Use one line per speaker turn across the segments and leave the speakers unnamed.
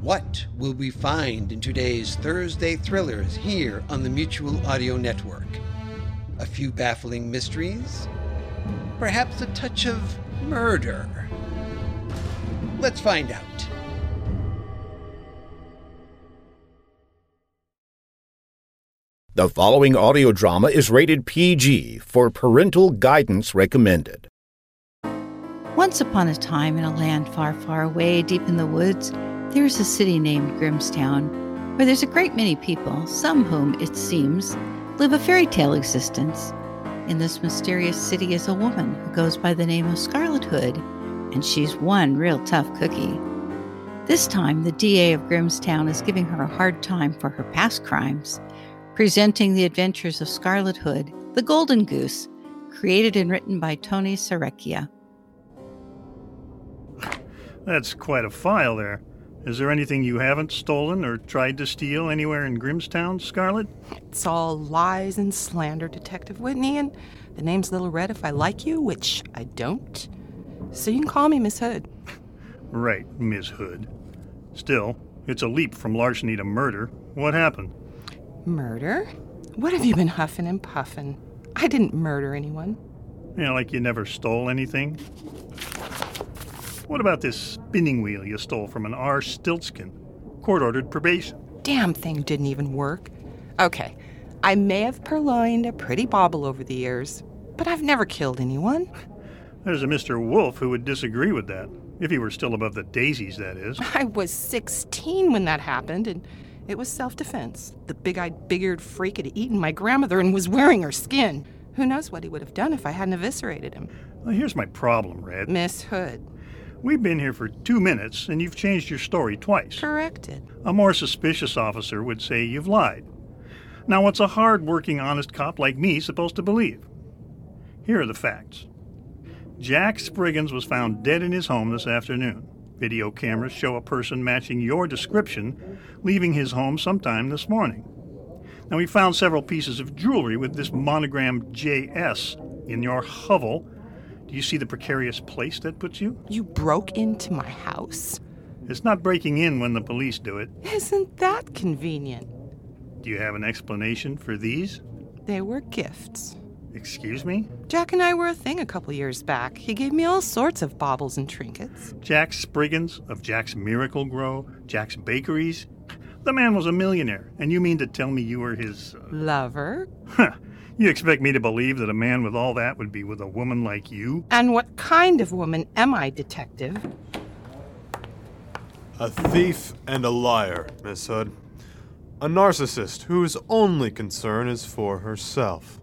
What will we find in today's Thursday thrillers here on the Mutual Audio Network? A few baffling mysteries? Perhaps a touch of murder? Let's find out.
The following audio drama is rated PG for parental guidance recommended.
Once upon a time, in a land far, far away, deep in the woods, there is a city named Grimstown, where there's a great many people, some whom, it seems, live a fairy tale existence. In this mysterious city is a woman who goes by the name of Scarlet Hood, and she's one real tough cookie. This time, the DA of Grimstown is giving her a hard time for her past crimes, presenting the adventures of Scarlet Hood, the Golden Goose, created and written by Tony Serecchia.
That's quite a file there. Is there anything you haven't stolen or tried to steal anywhere in Grimstown, Scarlet?
It's all lies and slander, Detective Whitney, and the name's Little Red if I like you, which I don't. So you can call me Miss Hood.
Right, Ms. Hood. Still, it's a leap from larceny to murder. What happened?
Murder? What have you been huffing and puffing? I didn't murder anyone.
You know, like you never stole anything? What about this spinning wheel you stole from an R. Stiltskin? Court ordered probation.
Damn thing didn't even work. Okay, I may have purloined a pretty bauble over the years, but I've never killed anyone.
There's a Mr. Wolf who would disagree with that. If he were still above the daisies, that is.
I was 16 when that happened, and it was self defense. The big eyed, big eared freak had eaten my grandmother and was wearing her skin. Who knows what he would have done if I hadn't eviscerated him?
Well, here's my problem, Red.
Miss Hood,
We've been here for two minutes and you've changed your story twice.
corrected.
A more suspicious officer would say you've lied. Now, what's a hard working, honest cop like me supposed to believe? Here are the facts Jack Spriggins was found dead in his home this afternoon. Video cameras show a person matching your description leaving his home sometime this morning. Now, we found several pieces of jewelry with this monogram JS in your hovel. Do you see the precarious place that puts you?
You broke into my house.
It's not breaking in when the police do it.
Isn't that convenient?
Do you have an explanation for these?
They were gifts.
Excuse me?
Jack and I were a thing a couple years back. He gave me all sorts of baubles and trinkets.
Jack Spriggins of Jack's Miracle Grow, Jack's Bakeries? The man was a millionaire, and you mean to tell me you were his. uh,
Lover.
Huh. You expect me to believe that a man with all that would be with a woman like you?
And what kind of woman am I, detective?
A thief and a liar, Miss Hood. A narcissist whose only concern is for herself.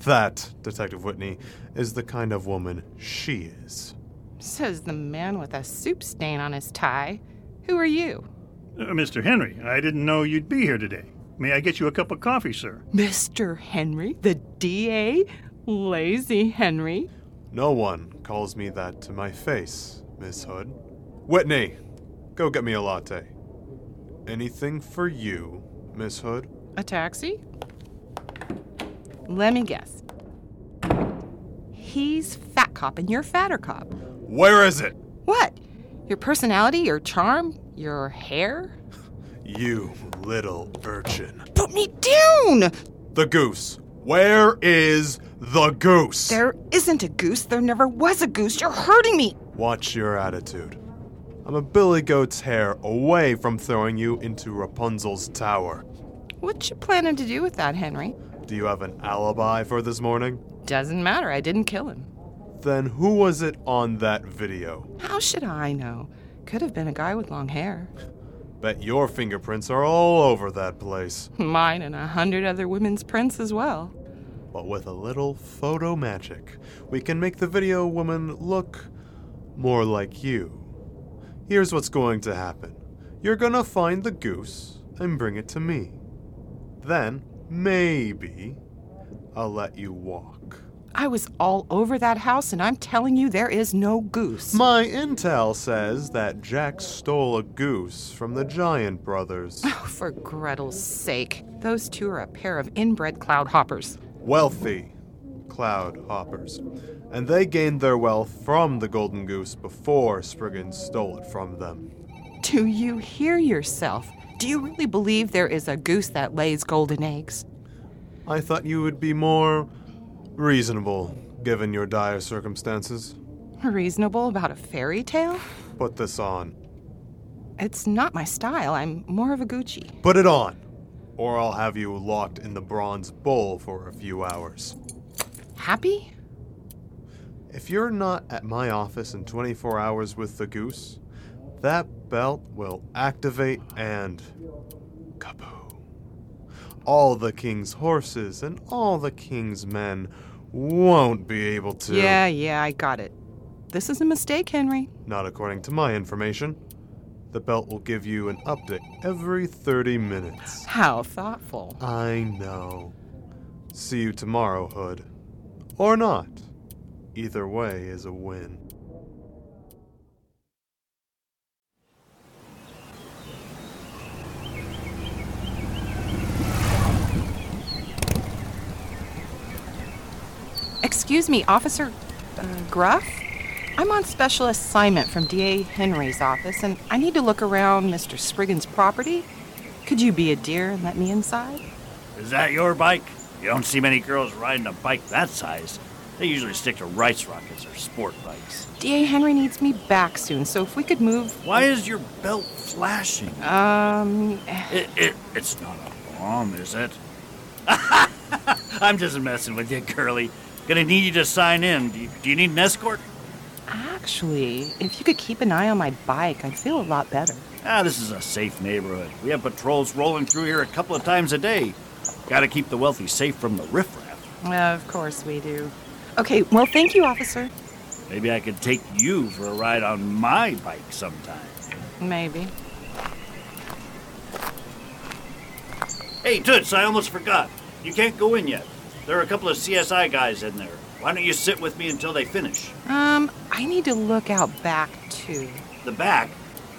That, Detective Whitney, is the kind of woman she is.
Says the man with a soup stain on his tie. Who are you?
Uh, Mr. Henry, I didn't know you'd be here today. May I get you a cup of coffee, sir?
Mr. Henry, the DA? Lazy Henry.
No one calls me that to my face, Miss Hood. Whitney, go get me a latte. Anything for you, Miss Hood?
A taxi? Let me guess. He's fat cop and you're fatter cop.
Where is it?
What? Your personality, your charm, your hair?
You little urchin.
Put me down!
The goose. Where is the goose?
There isn't a goose. There never was a goose. You're hurting me.
Watch your attitude. I'm a billy goat's hair away from throwing you into Rapunzel's tower.
What you planning to do with that, Henry?
Do you have an alibi for this morning?
Doesn't matter. I didn't kill him.
Then who was it on that video?
How should I know? Could have been a guy with long hair.
Bet your fingerprints are all over that place.
Mine and a hundred other women's prints as well.
But with a little photo magic, we can make the video woman look more like you. Here's what's going to happen you're gonna find the goose and bring it to me. Then, maybe, I'll let you walk.
I was all over that house, and I'm telling you, there is no goose.
My intel says that Jack stole a goose from the Giant Brothers.
Oh, for Gretel's sake. Those two are a pair of inbred cloud hoppers.
wealthy cloud hoppers, and they gained their wealth from the golden goose before Spriggins stole it from them.
Do you hear yourself? Do you really believe there is a goose that lays golden eggs?
I thought you would be more reasonable, given your dire circumstances.
Reasonable about a fairy tale?
Put this on.
It's not my style. I'm more of a Gucci.
Put it on! Or I'll have you locked in the bronze bowl for a few hours.
Happy?
If you're not at my office in 24 hours with the goose, that belt will activate and. kaboom. All the king's horses and all the king's men won't be able to.
Yeah, yeah, I got it. This is a mistake, Henry.
Not according to my information. The belt will give you an update every 30 minutes.
How thoughtful.
I know. See you tomorrow, Hood. Or not. Either way is a win.
Excuse me, Officer uh, Gruff? I'm on special assignment from DA Henry's office, and I need to look around Mr. Spriggan's property. Could you be a dear and let me inside?
Is that your bike? You don't see many girls riding a bike that size. They usually stick to rice rockets or sport bikes.
DA Henry needs me back soon, so if we could move.
Why is your belt flashing?
Um,
It, it, it's not a bomb, is it? I'm just messing with you, Curly. Gonna need you to sign in. Do you, do you need an escort?
actually, if you could keep an eye on my bike, I'd feel a lot better.
Ah, this is a safe neighborhood. We have patrols rolling through here a couple of times a day. Gotta keep the wealthy safe from the riffraff.
Of course we do. Okay, well, thank you, Officer.
Maybe I could take you for a ride on my bike sometime.
Maybe.
Hey, Toots, I almost forgot. You can't go in yet. There are a couple of CSI guys in there. Why don't you sit with me until they finish?
Um, I need to look out back, too.
The back?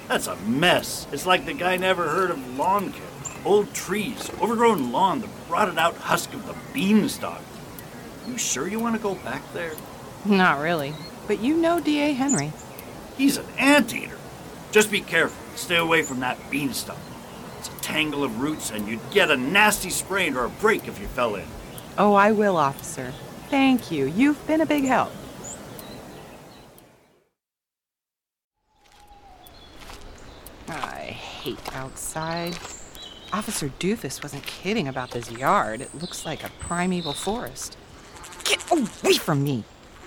That's a mess. It's like the guy never heard of lawn care. Old trees, overgrown lawn, the rotted out husk of the beanstalk. You sure you want to go back there?
Not really. But you know D.A. Henry.
He's an anteater. Just be careful. Stay away from that beanstalk. It's a tangle of roots, and you'd get a nasty sprain or a break if you fell in.
Oh, I will, officer. Thank you. You've been a big help. I hate outside. Officer Doofus wasn't kidding about this yard. It looks like a primeval forest. Get away from me!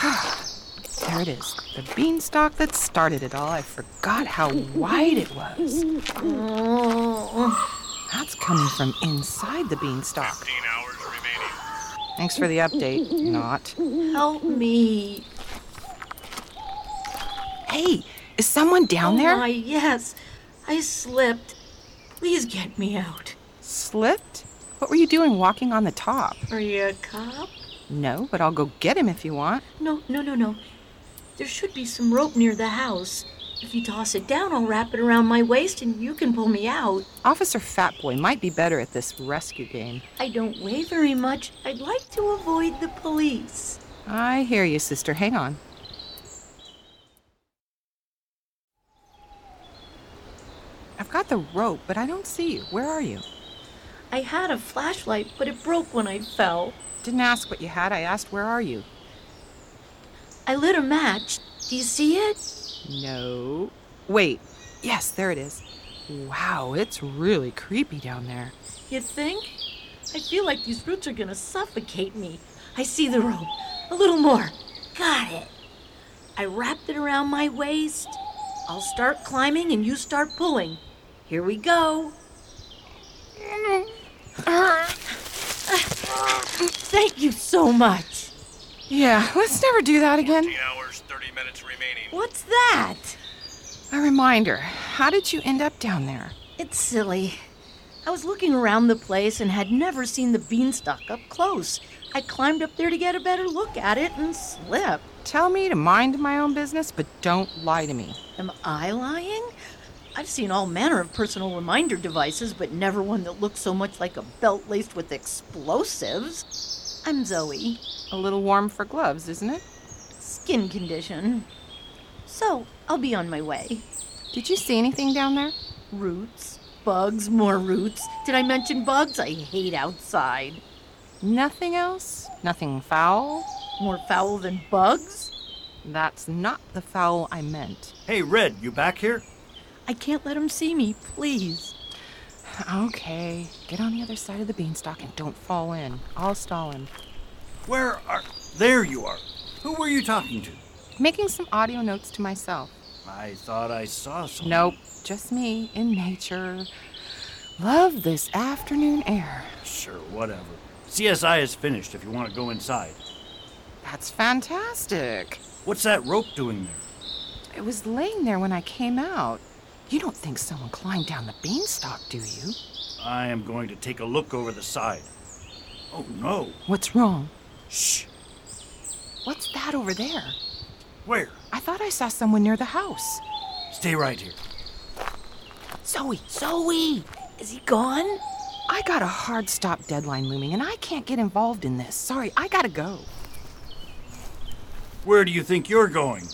there it is. The beanstalk that started it all. I forgot how wide it was.
Oh.
That's coming from inside the beanstalk. Thanks for the update. Not.
Help me.
Hey, is someone down
oh
there?
My, yes. I slipped. Please get me out.
Slipped? What were you doing walking on the top?
Are you a cop?
No, but I'll go get him if you want.
No, no, no, no. There should be some rope near the house. If you toss it down, I'll wrap it around my waist and you can pull me out.
Officer Fatboy might be better at this rescue game.
I don't weigh very much. I'd like to avoid the police.
I hear you, sister. Hang on. I've got the rope, but I don't see you. Where are you?
I had a flashlight, but it broke when I fell.
Didn't ask what you had. I asked, where are you?
I lit a match. Do you see it?
No. Wait. Yes, there it is. Wow, it's really creepy down there.
You think? I feel like these roots are gonna suffocate me. I see the rope. A little more. Got it. I wrapped it around my waist. I'll start climbing and you start pulling. Here we go. Thank you so much.
Yeah, let's never do that again.
What's that?
A reminder how did you end up down there?
It's silly. I was looking around the place and had never seen the beanstalk up close. I climbed up there to get a better look at it and slipped.
Tell me to mind my own business, but don't lie to me.
Am I lying? I've seen all manner of personal reminder devices, but never one that looks so much like a belt laced with explosives. I'm Zoe.
A little warm for gloves, isn't it?
Skin condition. So, I'll be on my way.
Did you see anything down there?
Roots, bugs, more roots. Did I mention bugs? I hate outside.
Nothing else? Nothing foul?
More foul than bugs?
That's not the foul I meant.
Hey, Red, you back here?
I can't let 'em see me, please.
Okay, get on the other side of the beanstalk and don't fall in. I'll stall him.
Where are. There you are. Who were you talking to?
Making some audio notes to myself.
I thought I saw someone.
Nope, just me in nature. Love this afternoon air.
Sure, whatever. CSI is finished if you want to go inside.
That's fantastic.
What's that rope doing there?
It was laying there when I came out. You don't think someone climbed down the beanstalk, do you?
I am going to take a look over the side. Oh no.
What's wrong?
Shh.
What's that over there?
Where?
I thought I saw someone near the house.
Stay right here.
Zoe,
Zoe, is he gone?
I got a hard stop deadline looming and I can't get involved in this. Sorry, I gotta go.
Where do you think you're going?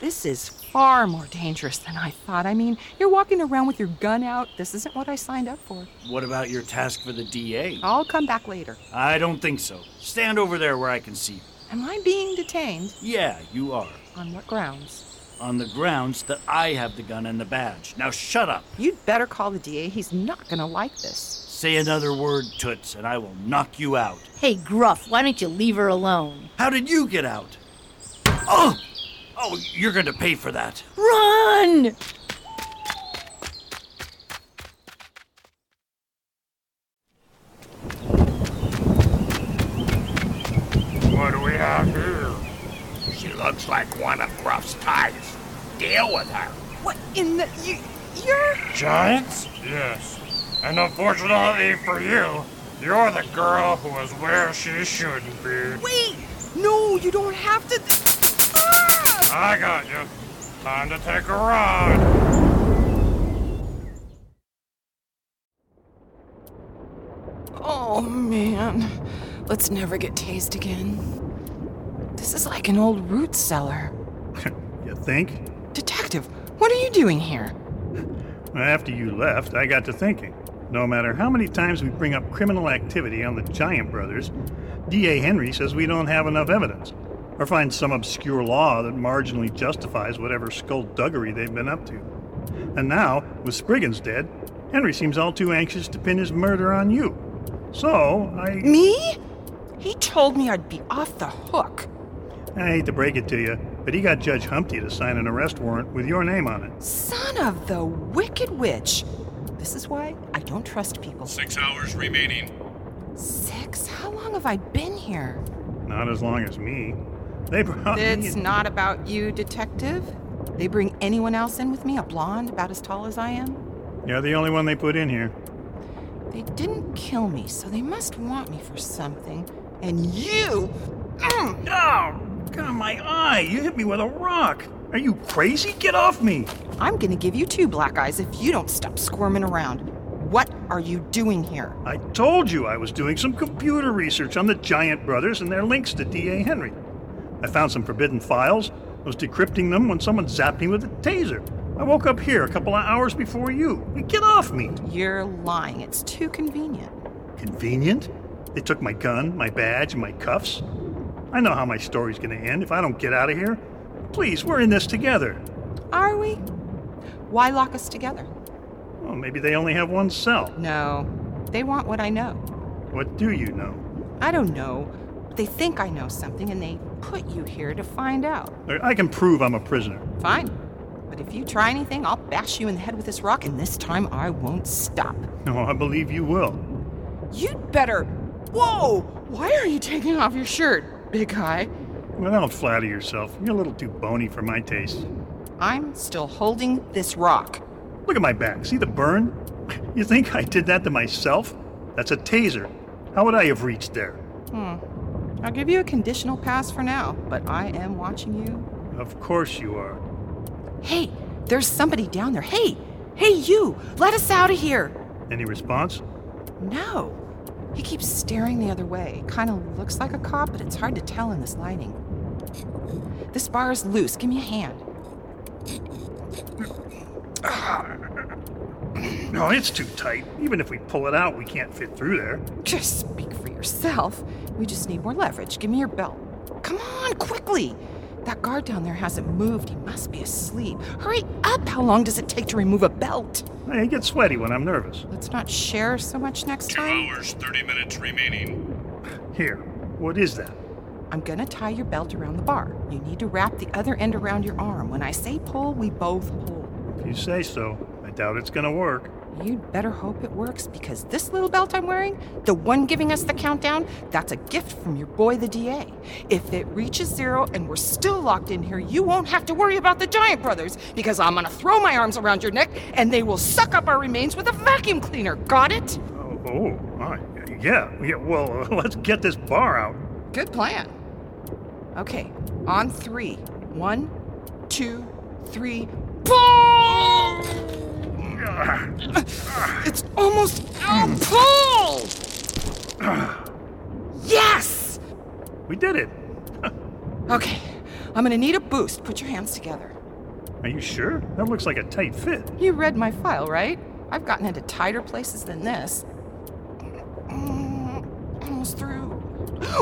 This is far more dangerous than I thought. I mean, you're walking around with your gun out. This isn't what I signed up for.
What about your task for the DA?
I'll come back later.
I don't think so. Stand over there where I can see you.
Am I being detained?
Yeah, you are.
On what grounds?
On the grounds that I have the gun and the badge. Now shut up.
You'd better call the DA. He's not gonna like this.
Say another word, Toots, and I will knock you out.
Hey, Gruff, why don't you leave her alone?
How did you get out? Oh! Oh, you're going to pay for that.
Run!
What do we have here? She looks like one of Gruff's ties. Deal with her.
What in the. You, you're.
Giants? Yes. And unfortunately for you, you're the girl who is where she shouldn't be.
Wait! No, you don't have to. Ah!
I got you. Time to take a ride.
Oh man, let's never get tased again. This is like an old root cellar.
You think?
Detective, what are you doing here?
After you left, I got to thinking. No matter how many times we bring up criminal activity on the Giant Brothers, D.A. Henry says we don't have enough evidence, or find some obscure law that marginally justifies whatever skullduggery they've been up to. And now, with Spriggins dead, Henry seems all too anxious to pin his murder on you. So, I,
Me? He told me I'd be off the hook.
I hate to break it to you, but he got Judge Humpty to sign an arrest warrant with your name on it.
Son of the Wicked Witch. This is why I don't trust people.
Six hours remaining.
Six? How long have I been here?
Not as long as me. They brought me
It's
in-
not about you, Detective. They bring anyone else in with me, a blonde about as tall as I am?
You're the only one they put in here.
They didn't kill me, so they must want me for something. And you! Mm.
Oh, God, my eye! You hit me with a rock! Are you crazy? Get off me!
I'm gonna give you two black eyes if you don't stop squirming around. What are you doing here?
I told you I was doing some computer research on the Giant Brothers and their links to D.A. Henry. I found some forbidden files, was decrypting them when someone zapped me with a taser. I woke up here a couple of hours before you. Get off me!
You're lying. It's too convenient.
Convenient? They took my gun, my badge, and my cuffs. I know how my story's gonna end if I don't get out of here. Please, we're in this together.
Are we? Why lock us together?
Well, maybe they only have one cell.
No, they want what I know.
What do you know?
I don't know. They think I know something and they put you here to find out.
I can prove I'm a prisoner.
Fine. But if you try anything, I'll bash you in the head with this rock and this time I won't stop.
No, Oh, I believe you will.
You'd better. Whoa! Why are you taking off your shirt, big guy?
Well, don't flatter yourself. You're a little too bony for my taste.
I'm still holding this rock.
Look at my back. See the burn? You think I did that to myself? That's a taser. How would I have reached there?
Hmm. I'll give you a conditional pass for now, but I am watching you.
Of course you are.
Hey, there's somebody down there. Hey, hey, you! Let us out of here!
Any response?
No. He keeps staring the other way. Kind of looks like a cop, but it's hard to tell in this lighting. This bar is loose. Give me a hand.
No, it's too tight. Even if we pull it out, we can't fit through there.
Just speak for yourself. We just need more leverage. Give me your belt. Come on, quickly! That guard down there hasn't moved. He must be asleep. Hurry up! How long does it take to remove a belt?
I get sweaty when I'm nervous.
Let's not share so much next
Two
time.
hours, 30 minutes remaining.
Here, what is that?
I'm gonna tie your belt around the bar. You need to wrap the other end around your arm. When I say pull, we both pull.
If you say so, I doubt it's gonna work.
You'd better hope it works because this little belt I'm wearing, the one giving us the countdown, that's a gift from your boy the DA. If it reaches zero and we're still locked in here, you won't have to worry about the Giant Brothers because I'm gonna throw my arms around your neck and they will suck up our remains with a vacuum cleaner. Got it?
Oh, oh my. Yeah, yeah, well, let's get this bar out.
Good plan. Okay, on three. One, two, three. Pull! It's almost out. Pull! Yes!
We did it.
Okay, I'm gonna need a boost. Put your hands together.
Are you sure? That looks like a tight fit.
You read my file, right? I've gotten into tighter places than this. Mm, Almost through.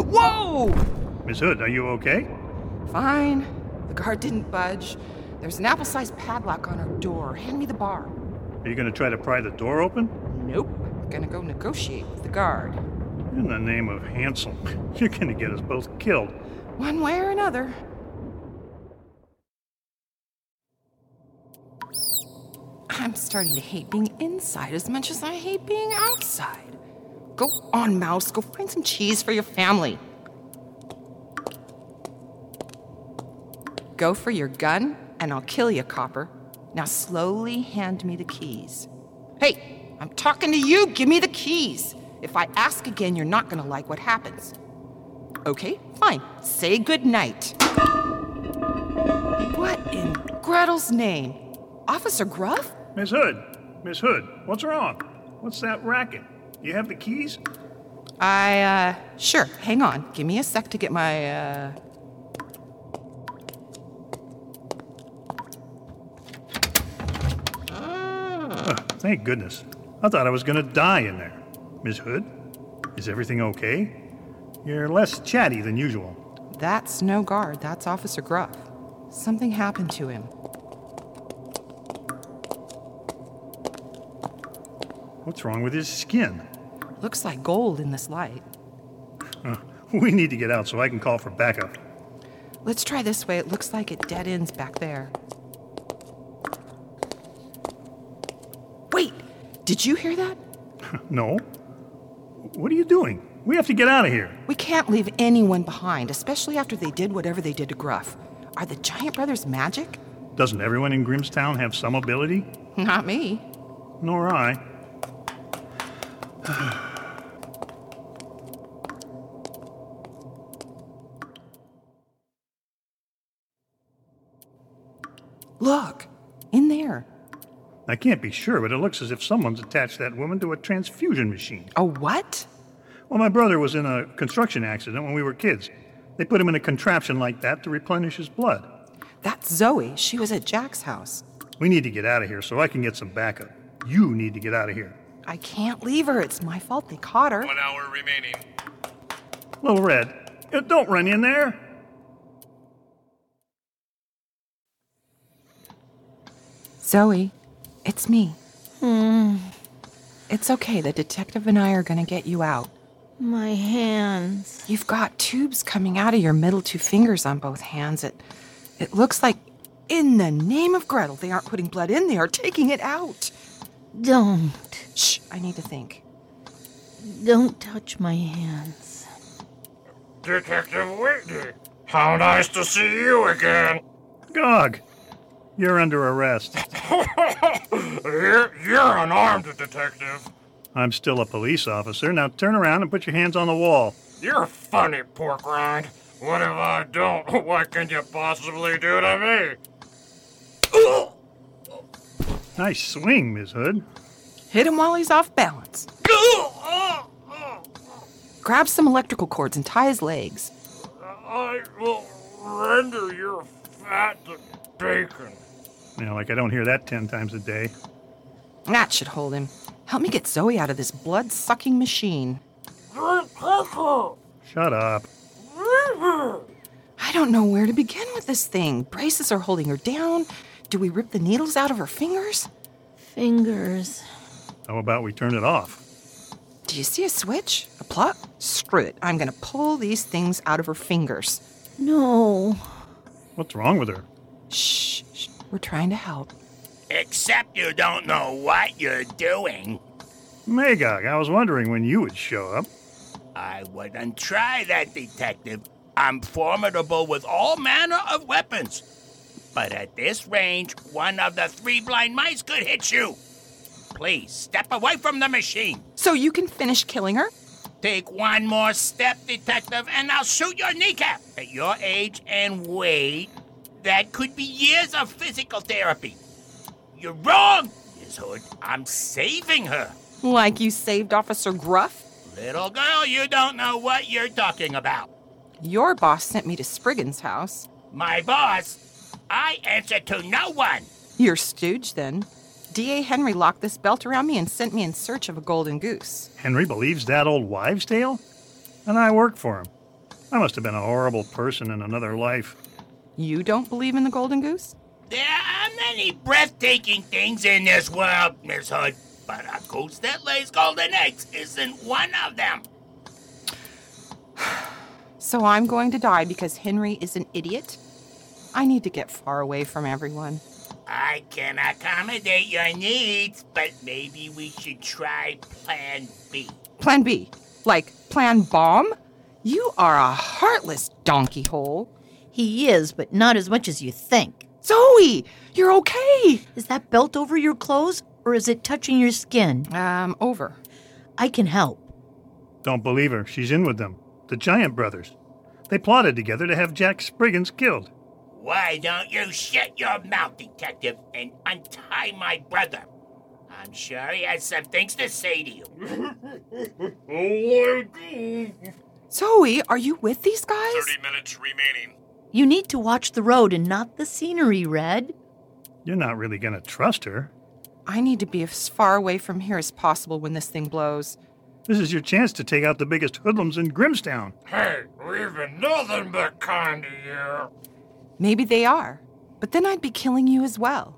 Whoa!
Miss Hood, are you okay?
Fine. The guard didn't budge. There's an apple sized padlock on our door. Hand me the bar.
Are you gonna try to pry the door open?
Nope. Gonna go negotiate with the guard.
In the name of Hansel, you're gonna get us both killed.
One way or another. I'm starting to hate being inside as much as I hate being outside. Go on, Mouse. Go find some cheese for your family. Go for your gun, and I'll kill you, Copper. Now slowly hand me the keys. Hey, I'm talking to you. Give me the keys. If I ask again, you're not going to like what happens. Okay, fine. Say goodnight. What in Gretel's name? Officer Gruff?
Miss Hood, Miss Hood, what's wrong? What's that racket? You have the keys?
I, uh, sure. Hang on. Give me a sec to get my, uh.
Thank goodness. I thought I was gonna die in there. Miss Hood, is everything okay? You're less chatty than usual.
That's no guard. That's Officer Gruff. Something happened to him.
What's wrong with his skin?
Looks like gold in this light.
Uh, we need to get out so I can call for backup.
Let's try this way. It looks like it dead ends back there. Wait! Did you hear that?
No? What are you doing? We have to get out of here.
We can't leave anyone behind, especially after they did whatever they did to Gruff. Are the Giant Brothers magic?
Doesn't everyone in Grimmstown have some ability?
Not me.
Nor I.
Look, in there.
I can't be sure, but it looks as if someone's attached that woman to a transfusion machine.
A what?
Well, my brother was in a construction accident when we were kids. They put him in a contraption like that to replenish his blood.
That's Zoe. She was at Jack's house.
We need to get out of here so I can get some backup. You need to get out of here.
I can't leave her. It's my fault they caught her.
One hour remaining.
Little Red, uh, don't run in there.
Zoe, it's me.
Hmm.
It's okay. The detective and I are going to get you out.
My hands.
You've got tubes coming out of your middle two fingers on both hands. It it looks like in the name of Gretel, they aren't putting blood in, they are taking it out.
Don't.
Shh, I need to think.
Don't touch my hands.
Detective Whitney, how nice to see you again.
Gog, you're under arrest.
You're, you're an armed detective.
I'm still a police officer. Now turn around and put your hands on the wall.
You're funny, pork rind. What if I don't? What can you possibly do to me?
Nice swing, Miss Hood.
Hit him while he's off balance. Grab some electrical cords and tie his legs.
I will render your fat to bacon.
You know, like I don't hear that 10 times a day.
That should hold him. Help me get Zoe out of this blood sucking machine.
You're purple.
Shut up.
I don't know where to begin with this thing. Braces are holding her down. Do we rip the needles out of her fingers?
Fingers.
How about we turn it off?
Do you see a switch? A plug? Screw it. I'm going to pull these things out of her fingers.
No.
What's wrong with her?
Shh. shh. We're trying to help.
Except you don't know what you're doing.
Magog, I was wondering when you would show up.
I wouldn't try that, Detective. I'm formidable with all manner of weapons. But at this range, one of the three blind mice could hit you. Please step away from the machine.
So you can finish killing her?
Take one more step, Detective, and I'll shoot your kneecap. At your age and weight, that could be years of physical therapy. You're wrong, Miss Hood. I'm saving her.
Like you saved Officer Gruff?
Little girl, you don't know what you're talking about.
Your boss sent me to Spriggan's house.
My boss? I answer to no one.
Your stooge, then. D.A. Henry locked this belt around me and sent me in search of a golden goose.
Henry believes that old wives' tale? And I work for him. I must have been a horrible person in another life.
You don't believe in the golden goose?
There are many breathtaking things in this world, Miss Hood, but a goose that lays golden eggs isn't one of them.
So I'm going to die because Henry is an idiot? I need to get far away from everyone.
I can accommodate your needs, but maybe we should try Plan B.
Plan B? Like Plan Bomb? You are a heartless donkey hole.
He is, but not as much as you think.
Zoe, you're okay.
Is that belt over your clothes or is it touching your skin?
Um, over.
I can help.
Don't believe her. She's in with them. The Giant Brothers. They plotted together to have Jack Spriggins killed.
Why don't you shut your mouth, Detective, and untie my brother? I'm sure he has some things to say to you.
Zoe, are you with these guys?
30 minutes remaining.
You need to watch the road and not the scenery, Red.
You're not really going to trust her.
I need to be as far away from here as possible when this thing blows.
This is your chance to take out the biggest hoodlums in Grimstown.
Hey, we've been nothing but kind to you.
Maybe they are, but then I'd be killing you as well.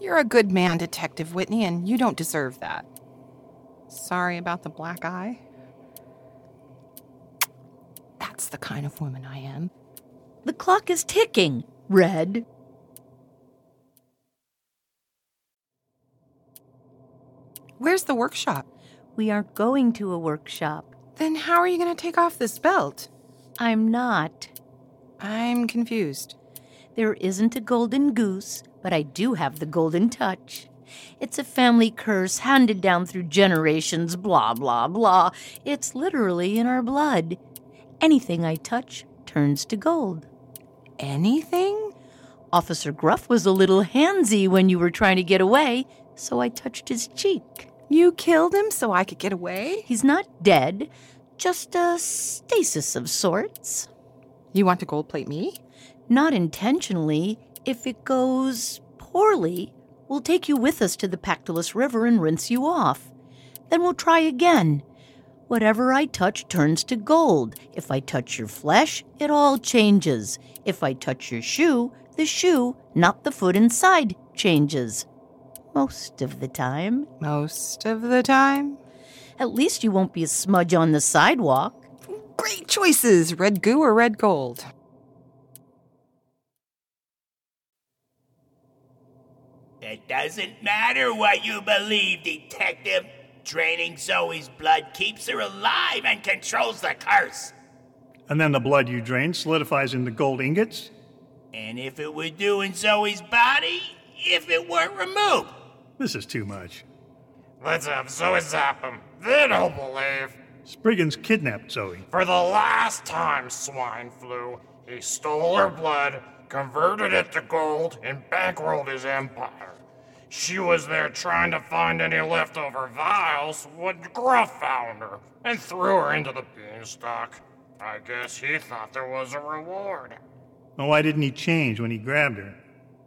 You're a good man, Detective Whitney, and you don't deserve that. Sorry about the black eye. That's the kind of woman I am.
The clock is ticking, Red.
Where's the workshop?
We are going to a workshop.
Then how are you going to take off this belt?
I'm not.
I'm confused.
There isn't a golden goose, but I do have the golden touch. It's a family curse handed down through generations, blah, blah, blah. It's literally in our blood. Anything I touch turns to gold.
Anything?
Officer Gruff was a little handsy when you were trying to get away, so I touched his cheek.
You killed him so I could get away?
He's not dead, just a stasis of sorts.
You want to gold plate me?
Not intentionally. If it goes poorly, we'll take you with us to the Pactolus River and rinse you off. Then we'll try again. Whatever I touch turns to gold. If I touch your flesh, it all changes. If I touch your shoe, the shoe, not the foot inside, changes. Most of the time.
Most of the time?
At least you won't be a smudge on the sidewalk.
Great choices red goo or red gold.
It doesn't matter what you believe, Detective. Draining Zoe's blood keeps her alive and controls the curse.
And then the blood you drain solidifies into gold ingots?
And if it were due in Zoe's body, if it weren't removed.
This is too much.
Let's have Zoe zap him. They don't believe.
Spriggans kidnapped Zoe.
For the last time, swine flu, he stole her blood, converted it to gold, and bankrolled his empire. She was there trying to find any leftover vials when Gruff found her and threw her into the beanstalk. I guess he thought there was a reward.
Well, why didn't he change when he grabbed her?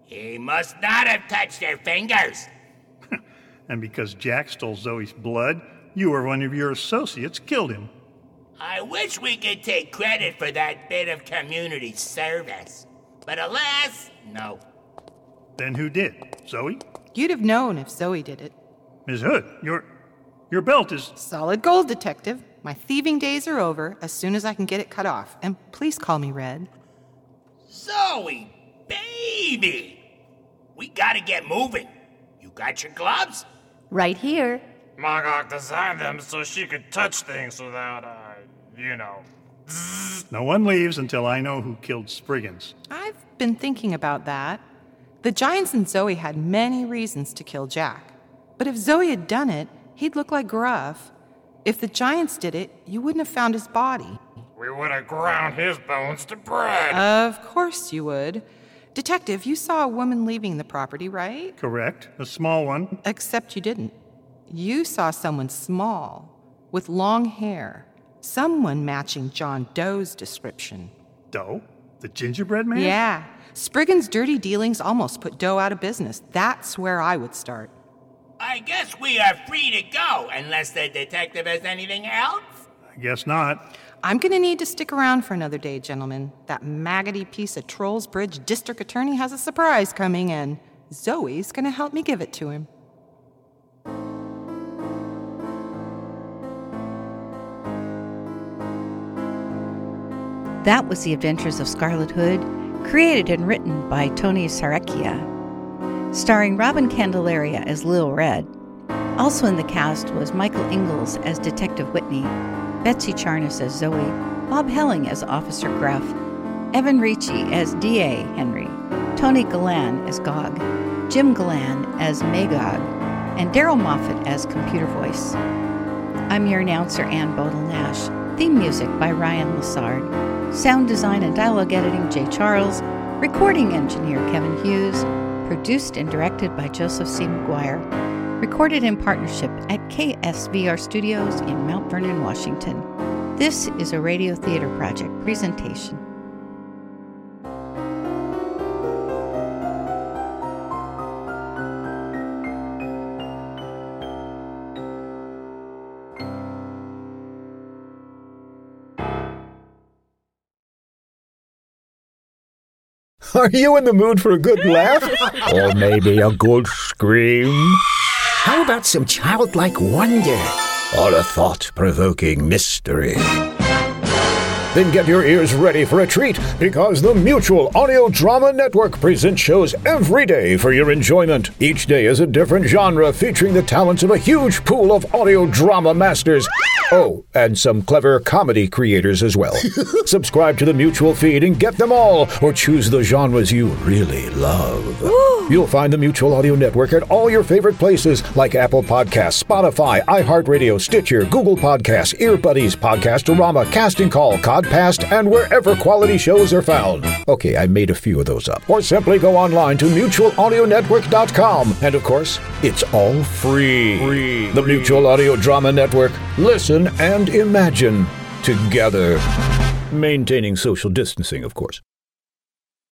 He must not have touched their fingers.
And because Jack stole Zoe's blood, you or one of your associates killed him.
I wish we could take credit for that bit of community service. But alas, no.
Then who did? Zoe?
You'd have known if Zoe did it.
Ms. Hood, your your belt is
Solid gold, detective. My thieving days are over as soon as I can get it cut off. And please call me Red.
Zoe, baby! We gotta get moving. You got your gloves?
Right here.
Mogok designed them so she could touch things without, uh, you know.
no one leaves until I know who killed Spriggins.
I've been thinking about that. The Giants and Zoe had many reasons to kill Jack. But if Zoe had done it, he'd look like Gruff. If the Giants did it, you wouldn't have found his body.
We would have ground his bones to bread.
Of course you would. Detective, you saw a woman leaving the property, right?
Correct? A small one.
Except you didn't. You saw someone small, with long hair, someone matching John Doe's description.
Doe? The gingerbread man?
Yeah. Spriggan's dirty dealings almost put Doe out of business. That's where I would start.
I guess we are free to go unless the detective has anything else.
I guess not.
I'm going to need to stick around for another day, gentlemen. That maggoty piece of Trolls Bridge district attorney has a surprise coming, and Zoe's going to help me give it to him.
That was The Adventures of Scarlet Hood, created and written by Tony Sarecchia, starring Robin Candelaria as Lil Red. Also in the cast was Michael Ingalls as Detective Whitney, Betsy Charnas as Zoe, Bob Helling as Officer Gruff, Evan Ricci as D.A. Henry, Tony Galan as Gog, Jim Galan as Magog, and Daryl Moffat as Computer Voice. I'm your announcer, Ann Bodel Nash. Theme music by Ryan Lassard. Sound design and dialogue editing, Jay Charles. Recording engineer, Kevin Hughes. Produced and directed by Joseph C. McGuire. Recorded in partnership at KSVR Studios in Mount Vernon, Washington. This is a Radio Theater Project presentation.
Are you in the mood for a good laugh? or maybe a good scream?
How about some childlike wonder?
Or a thought provoking mystery? Then get your ears ready for a treat because the Mutual Audio Drama Network presents shows every day for your enjoyment. Each day is a different genre featuring the talents of a huge pool of audio drama masters. Oh, and some clever comedy creators as well. Subscribe to the Mutual feed and get them all, or choose the genres you really love. You'll find the Mutual Audio Network at all your favorite places like Apple Podcasts, Spotify, iHeartRadio, Stitcher, Google Podcasts, Earbuddies, Podcastorama, Casting Call, Codcast, and wherever quality shows are found. Okay, I made a few of those up. Or simply go online to mutualaudionetwork.com. And of course, it's all free. free. The Mutual Audio Drama Network. Listen and imagine together. Maintaining social distancing, of course.